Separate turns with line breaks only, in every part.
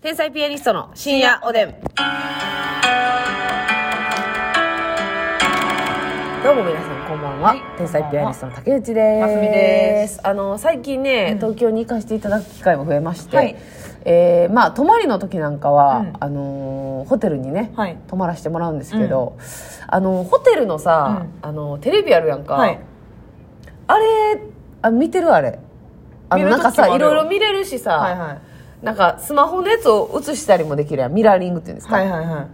天才ピアニストの深夜おでん。どうも皆さんこんばんは。
はい
天才ピアニストの竹内です。
ますみです
あの最近ね、東京に行かせていただく機会も増えまして、
はい
えーまあ泊まりの時なんかは、
うん
あのーホテルにね、
はい
泊まらせてもらうんですけど、あのホテルのさ、あのテレビあるやんか。
はい
あれあ見てるあれ。あの
見る
なん
時もあ
かさい
るよ
ろいろ見れるしさ。
はいはい
なんかスマホのやつを映したりもできるやんミラーリングっていうんですか、
はいはいはい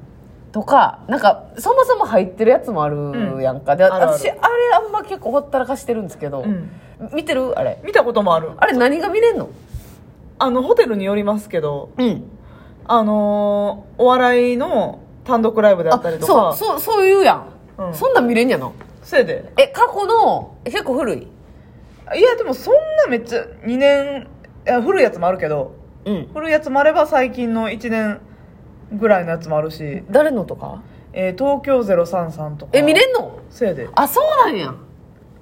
とかなんかそもそも入ってるやつもあるやんか、で
あるある
私あれあんま結構ほったらかしてるんですけど、
うん
見てるあれ
見たこともある
あれ何が見れんの
あのホテルによりますけど
うん
あのーお笑いの単独ライブで
あ
あったりと
そう
か
そうそういうやん、
うん
そんなん見れんやな
せいで
え過去の結構古い
いやでもそんなめっちゃ2年いや古いやつもあるけど
うん
古いやつもあれば最近の1年ぐらいのやつもあるし、
誰のとか
えー東京033とか
え見れんの
せいで
あそうなんや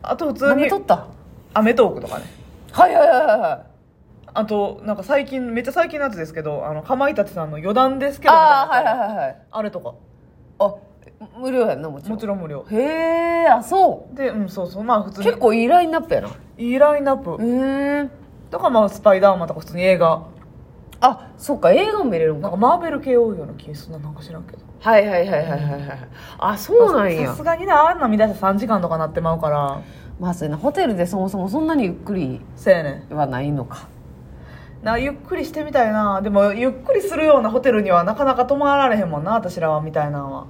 あと普通
何
に
めとった
『アメトーク』とかね
はいはいはいは
あとなんか最近めっちゃ最近のやつですけどあのかまいたちさんの余談ですけ
い
どみたいな
ああーはいはいはいはい
あれとか
あ無料やんなもちろ
も
ん
ちろん無料
へえあそう
でうんそうそうまあ普通に
結構いいラインナップやなへ
いいラインナップ
え
とかまあスパイダーマンとか普通に映画
あそっか映画も見れるん
なん
か
かマーベル系多いような気すんななんか知らんけど
はいはいはいはいはいはいあそうなん
さ
や
すがにねあんな見出したら3時間とかなってまうから
まあそうやなホテルでそもそもそんなにゆっくり
せやねん
はないのか
なゆっくりしてみたいなでもゆっくりするようなホテルにはなかなか泊まられへんもんな私らはみたいなのは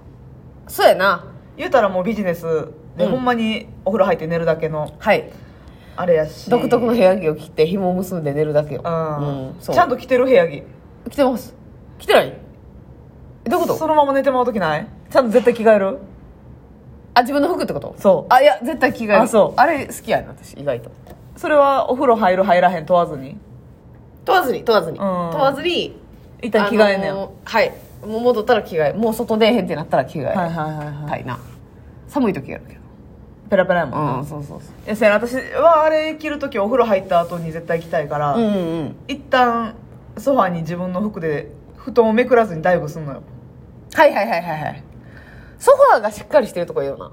そうやな
言うたらもうビジネスで、
うん
ほんまにお風呂入って寝るだけの
はい
あれやし
独特の部
屋
屋着を着て紐を結んで寝るだけよ
うん、
そう
ちゃんと着てる部屋着
着てます着てないえどういうこと
そのまま寝てまう時ないちゃんと絶対着替える
あ自分の服ってこと
そう
あいや絶対着替える
あそう
あれ好きやな私意外と
それはお風呂入る入らへん問わずに
問わずに問わずに
うん
問わずに
一旦着替えんね
あ
ん、
のーはいもう戻ったら着替えもう外出えへんってなったら着替え
はいはいはいはい、
たいな寒い時やるけど
ペラペラやもんな、
うんそうそうそ
えせやな私はあれ着る時お風呂入った後に絶対着たいから、
うんうん
一旦ソファに自分の服で布団をめくらずにダイブすんのよ
はいはいはいはいはいソファーがしっかりしてるとこいいよな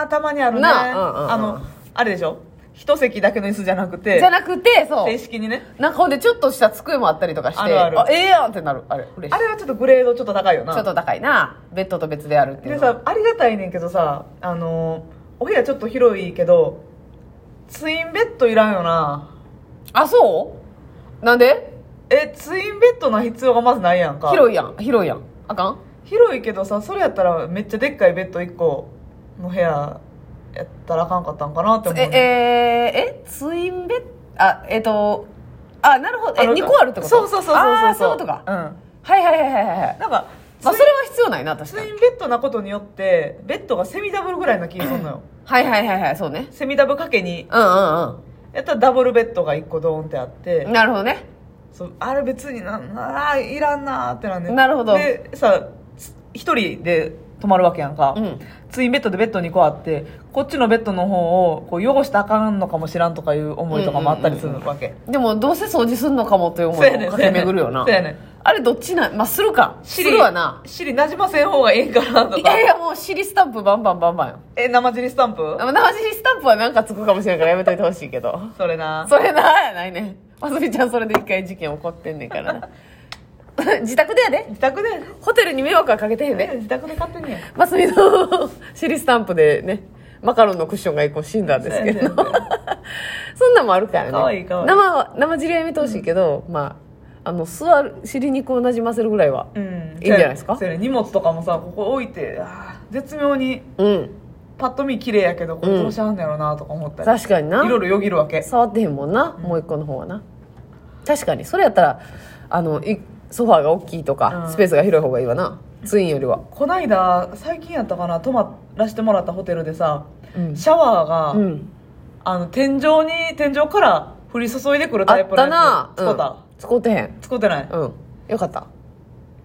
あーたまにあるね
なあうんうんうん
あのあれでしょ一席だけの椅子じゃなくて
じゃなくてそ
正
う
式にね
なんかほんでちょっとした机もあったりとかして
あるある
ええやんってなるあれ嬉しい
あれはちょっとグレードちょっと高いよな
ちょっと高いなベッドと別であるっていう
で
のは
さありがたいねんけどさあのお部屋ちょっと広いけどツインベッドいらんよな
あそうなんで
えツインベッドの必要がまずないやんか
広いやん広いやんあかん
広いけどさそれやったらめっちゃでっかいベッド1個の部屋やったらあかんかったんかなって思う
え
ね、
えええツインベッドあえっとあなるほどえ
の
2個あるってこと
そうそうそうそう
あ
そ
ー
う
そういうことか、
うん
はいはいはいはいはい
なんか
まあそれは必要ないな確
ツ
か
イ
に
ンベッドなことによってベッドがセミダブルぐらいの気がするのよ
はいはいはいはいそうね
セミダブル掛けに
うんうん
やったらダブルベッドが1個ドーンってあって
うんなるほどね
そうあれ別にななあいらんなーってなんねん
なるほど
でさつ一人で泊まるわけやんか、
うん
ツインベッドでベッド2個あってこっちのベッドの方をこう汚したらあかんのかもしらんとかいう思いとかもあったりするわけ、
でもどうせ掃除すんのかもという思
そう
い
やね
を
ん
駆け巡るよな
そうやねん
あれどっちなまあするかす
尻
るわな
尻なじません方がええんかなと
い
か
やいやもう尻スタンプバンバンバンバンよ
え生尻スタンプ
あ生尻スタンプはなんかつくかもしれんからやめといてほしいけど
それな
それなやないねんますみちゃんそれで一回事件起こってんねんからな 自宅でやで
自宅で
ホテルに迷惑はかけてへんね
自宅で買ってんねや
ますみの 尻スタンプでねマカロンのクッションが一個死んだんですけど そんなんもあるからね。
かわいいかわいい
生は、生尻はやめてほしいけど、まあ、あの、座る、尻肉をなじませるぐらいは。
うん
いいんじゃないですか
そうやね荷物とかもさここ置いてあー絶妙に
うん。
パッと見綺麗やけどこれどうしはんねやろなとか思ったり、
確かにな。
いろいろよぎるわけ
触ってへんもんな、もう一個の方はな。確かに、それやったら、あの、いソファーが大きいとか、
うん
スペースが広い方がいいわな。ツインよりは。
こないだ最近やったかな泊まらせてもらったホテルでさ、
うん
シャワーが、
うん。
あの天井に天井から降り注いでくる
あ
タイ
っ
プの
た
や
な
つ使っ
うん
た、
使ってへん。
使ってない、
うん。よかった。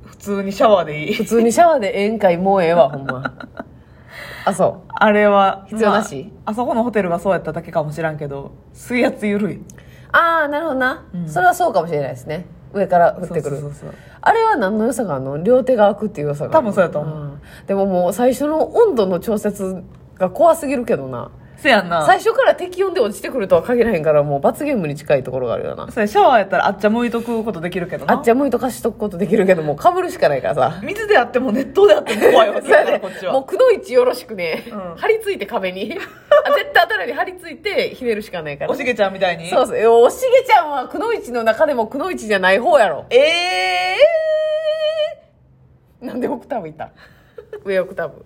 普通にシャワーでいい
普通にシャワーでええんかい、もうええわ、ほんま。あ、そう。
あれは
必要なし
まあ、あそこのホテルがそうやっただけかもしらんけど水圧緩い
ああなるほどな、それはそうかもしれないですね上から降ってくる
そうそうそうそう
あれは何の良さがあんの両手が開くっていう良さがある
多分そうやと思うん
でももう最初の温度の調節が怖すぎるけどな
せやんな
最初から適温で落ちてくるとは限らへんからもう罰ゲームに近いところがあるよな
そうやシャワーやったらあっちゃ向いとくことできるけどな
あっちゃむいとかしとくことできるけどもうかぶるしかないから さ
水であっても熱湯であっても怖いわけ
そうや
だ
ね
からこっちは
もうくのいちよろしくね、
うん
張り付いて壁 にあ絶対頭に張り付いてひねるしかないから
おしげちゃんみたいに
そうそういやおしげちゃんはくのいちの中でもくのいちじゃない方やろ
ええ
なんでオクターブい た上オクターブ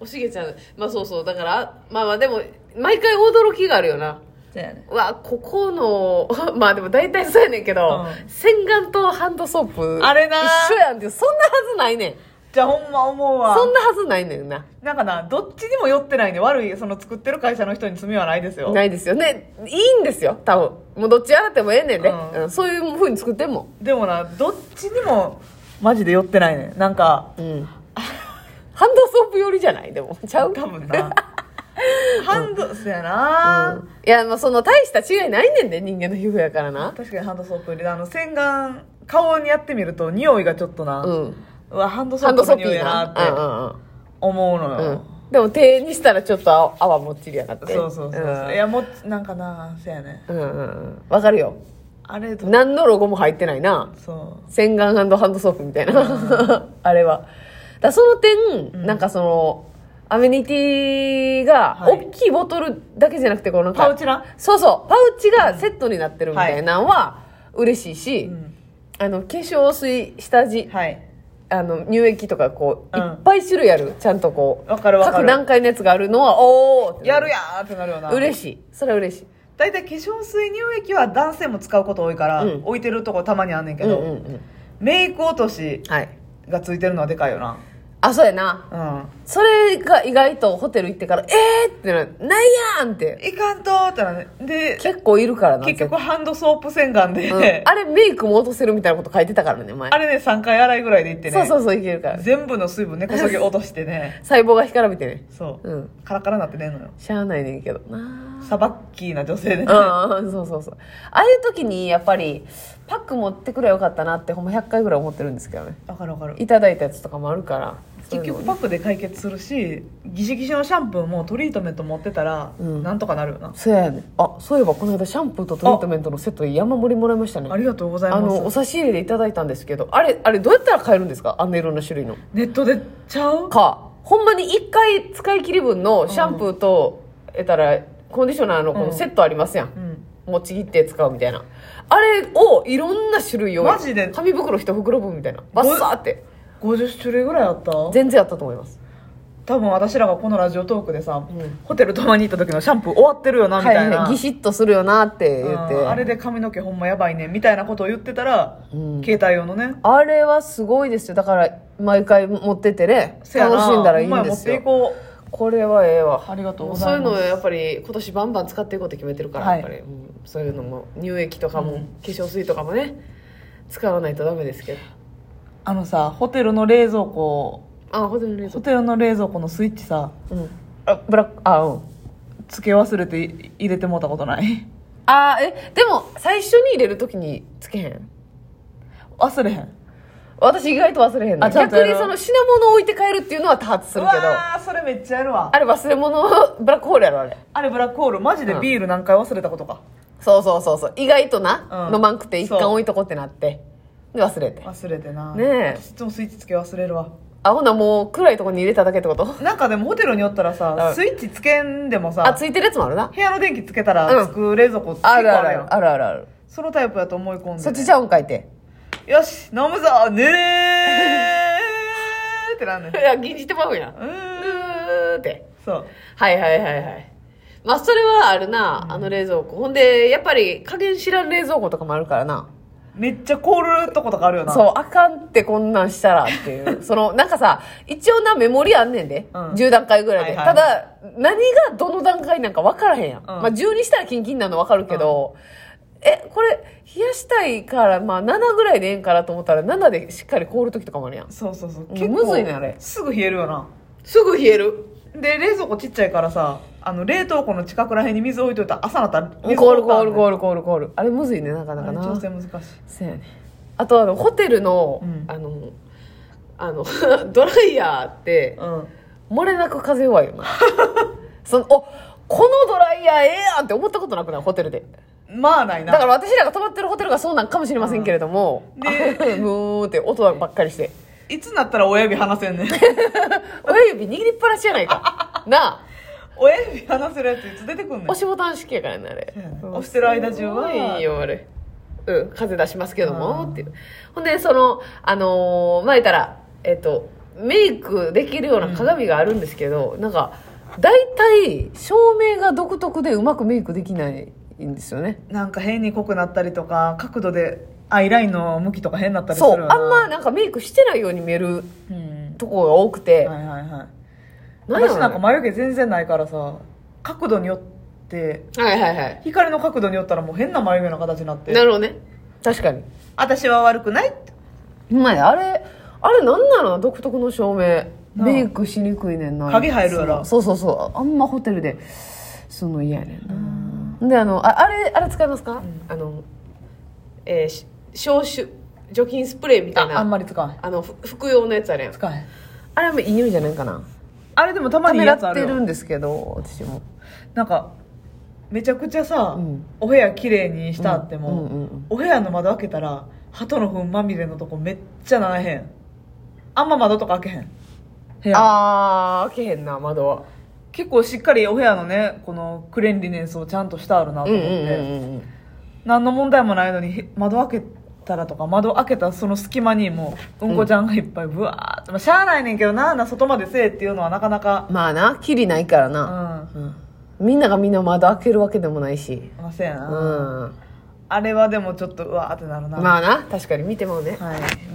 おしげちゃんまあそうそうだからまあまあでも毎回驚きがあるよな
そうやね
うわここの まあでも大体そうやねんけど、
う
洗顔とハンドソープ
あれな
一緒やんってそんなはずないねん
じゃあほんま思うわ
そんなはずないねんな
なんかなどっちにも酔ってないんで悪いその作ってる会社の人に罪はないですよ
ないですよねいいんですよ多分もうどっち洗ってもええねんで、
うん
うんそういうふうに作っても
でもなどっちにもマジで酔ってないねなんか
うん ハンドソープ寄りじゃないでもちゃ
多
う
分なハンドそうやな、
うんいやまあその大した違いないねんで人間の皮膚やからな
確かにハンドソープ入れあの洗顔顔にやってみると匂いがちょっとな、
う
うんわハンドソ
ハン
ープ
ドソ
の
ーピ
匂い
ー
や
な
なって思うの
うんう
よ、
んでも手にしたらちょっと泡泡もっちりやがって
そうそうそうそう、
ん
いやもうなんかなそうやね
うんうんうんわかるよ
あれと
何のロゴも入ってないな
そ
洗顔ハンドソープみたいな あれはだからその点、
うん
なんかそのアメニティが
はい
大きいボトルだけじゃなくてこうなん
う
か
パウチな
そうそうパウチがセットになってるみたいなのは嬉しいし、
うん
あの化粧水下地
はい
あの乳液とかこう、
うん
いっぱい種類あるちゃんとこう
わかるわか
各
る
段階のやつがあるのはおお
やるやーってなるよな
嬉しいそれは嬉しい
大体化粧水乳液は男性も使うこと多いから、
うん
置いてるとこたまにあんねんけ
うんう
ど、
んうん
メイク落とし
はい
がついてるのはでかいよな
あそうやな
うん
それが意外とホテル行ってからえーってなるないやんって
いかんとーってなねで
結構いるからな
結局ハンドソープ洗顔で、
絶 対うんあれメイクも落とせるみたいなこと書いてたからね前
あれね3回洗いぐらいでいってね
そうそうそういけるから
全部の水分根こそぎ落とし てね
細胞が干からびてね
そう、
うん
カラカラになってねんのよ
しゃあないねんけどな
サバッキーな女性でね、
うん、そうそうそうああいう時にやっぱりパック持ってくればよかったなってほんま100回ぐらい思ってるんですけどね
わかるわかる
いただいたやつとかもあるから
結局
そういうの
パックで解決するしギシギシのシャンプーもトリートメント持ってたら、
うん
なんとかなるよな
そうやねあそういえばこの間シャンプーとトリートメントのセット山盛りもらいましたね
ありがとうござい
あ
ます
のお差し入れでいただいたんですけどあれあれどうやったら買えるんですかあんないろんな種類の
ネットでちゃう
かほんまに1回使い切り分のシャンプーと、えたらコンディショナーのこ
う
の
ん
セットありますやん、
うん
持ちぎって使うみたいなあれをいろんな種類を
マジで
紙袋一袋分みたいなバッサーって
50種類ぐらいあった
全然あったと思います
多分私らがこのラジオトークでさ、
ん
ホテル泊まりに行った時のシャンプー終わってるよなみ
はい
たいな、
はいギシッとするよなって言って、
うんあれで髪の毛ほんまやばいねみたいなことを言ってたら、
うん
携帯用のね
あれはすごいですよだから毎回持っててね
せやな
楽しんだらいいんです
ほ
よ
んまや持っていこ
これはええわ
うありがとうございます
そういうのをやっぱり今年バンバン使っていこうって決めてるから、
はい
やっぱり、うんそういうのも乳液とかも、
うん
化粧水とかもね使わないとダメですけど
あのさホテルの冷蔵庫
あホテルの冷
ホ
蔵庫
テルの冷蔵庫のスイッチさ
うんあブラックあうん
つけ忘れてい入れてもうたことない
あーえでも最初に入れる時につけへん
忘れへん
私意外と忘れへんの
あちゃんと
逆
やる
にその品物を置いて帰るっていうのは多発するけど
うわーそれめっちゃやるわ
あれ忘れ物ブラックホールやろあれ
あれブラックホールマジでビール何回忘れたことか、
そうそうそうそう意外とな、
うん
飲まんくて一
そ
貫
う
置いとこってなってで忘れて
忘れてな
ねえ
私いつもスイッチつけ忘れるわ
あほなもう暗いとこに入れただけってこと
なんかでもホテルにおったら
う
さ
ん
スイッチつけんでも
あ
さ
ついてるやつもあるな
部屋の電気つけた
う
ら
ん
つく冷蔵庫結構
あ
ある
るある
やん
あるあるある
そのタイプやと思い込ん
そ
で
っち
ね
じゃうん書いて
よし飲むぞねーってなん ねん
いや銀じてまうやんう
うーん
ーって
そう
はいはいはいはいまあそれはあるなあの冷蔵庫ほんでやっぱり加減知らん冷蔵庫とかもあるからな
めっちゃ凍るとことかあるよな
そうあかんってこんなんしたらっていう そのなんかさ一応なメモリあんねんで、
うん
10段階ぐらいで、
はいは
た
い
だ何がどの段階なんか分からへんやん、まあ、10にしたらキンキンなの分かるけど、えこれ冷やしたいから、まあ、7ぐらいでええんかなと思ったら7でしっかり凍る時とかもあるやん
そうそうそう
うんむずいねあれ
すぐ冷えるよな
すぐ冷える
で冷蔵庫ちっちゃいからさあの冷凍庫の近くらへんに水置いといたら朝なったら
凍る凍る
る
凍る凍る凍るあれむずいねなかなか
あれ
な
調整難しい
そうやねあとあのホテルの、
うん
あのあの ドライヤーって
うん
漏れなく風弱いよな そのおこのドライヤーええやんって思ったことなくないホテルで
まあないな
だから私らが泊まってるホテルがそうなんかもしれませんけれども、
うん で
ムーって音ばっかりして
いつになったら親指離せ んねん
親指握りっぱなしじゃないかなあ
親指離せるやついつ出てくんねん
押しボタン式やからねあれ、
そうやね
うん
押してる間中は
すごいよあれうん風出しますけど
う
も
ん
っていうほんでそのあのー、前たらえっとメイクできるような鏡があるんですけど、なんか大体照明が独特でうまくメイクできないんですよね
なんか変に濃くなったりとか角度でアイラインの向きとか変になったりする
そう
よ
あん
な
まなんかメイクしてないように見える
うん
ところが多くて、
はいはいはい
何やろ
私なんか眉毛全然ないからさ角度によって
はいはいはい
光の角度によったらもう変な眉毛の形になって
なるほどね確かに
私は悪くないって
ほんまやあれあれなんなの独特の照明
なあ
メイクしにくいねんな
影入るやろ
そうそうそうそうあんまホテルでその嫌やねんなであのああれあれ使いますか、あのえーし消臭除菌スプレーみたいな
あ
あ
んまり使わへん
のふ服用のやつあるやん
使わへん
あれもいい匂いじゃないかな
あれでもたま
た
にいい
め
や
ら
つあ
っ
る
て
よ
るんですけど私も
なんかめちゃくちゃさ、
うん
お部屋綺麗にしたっても、
うんうんうん
お部屋の窓開けたら鳩の糞まみれのとこめっちゃならへんあんま窓とか開けへん部屋
ああ開けへんな窓は
結構しっかりお部屋のねこのクレンリネンスをちゃんとしてあるな
う
と
んう
思
ん
って、
うんうん
何の問題もないのにへ窓開けたらとか窓開けたその隙間にもううんこちゃんがいっぱいブワーって、まあ、しゃあないねんけどなあんな外までせえっていうのはなかなか
まあなきりないから
うん
な、
ま
うんみんながみんな窓開けるわけでもないし
あせやな、
うん
あれはでもちょっとうわーってなるな、
まあな確かに見てもね
はい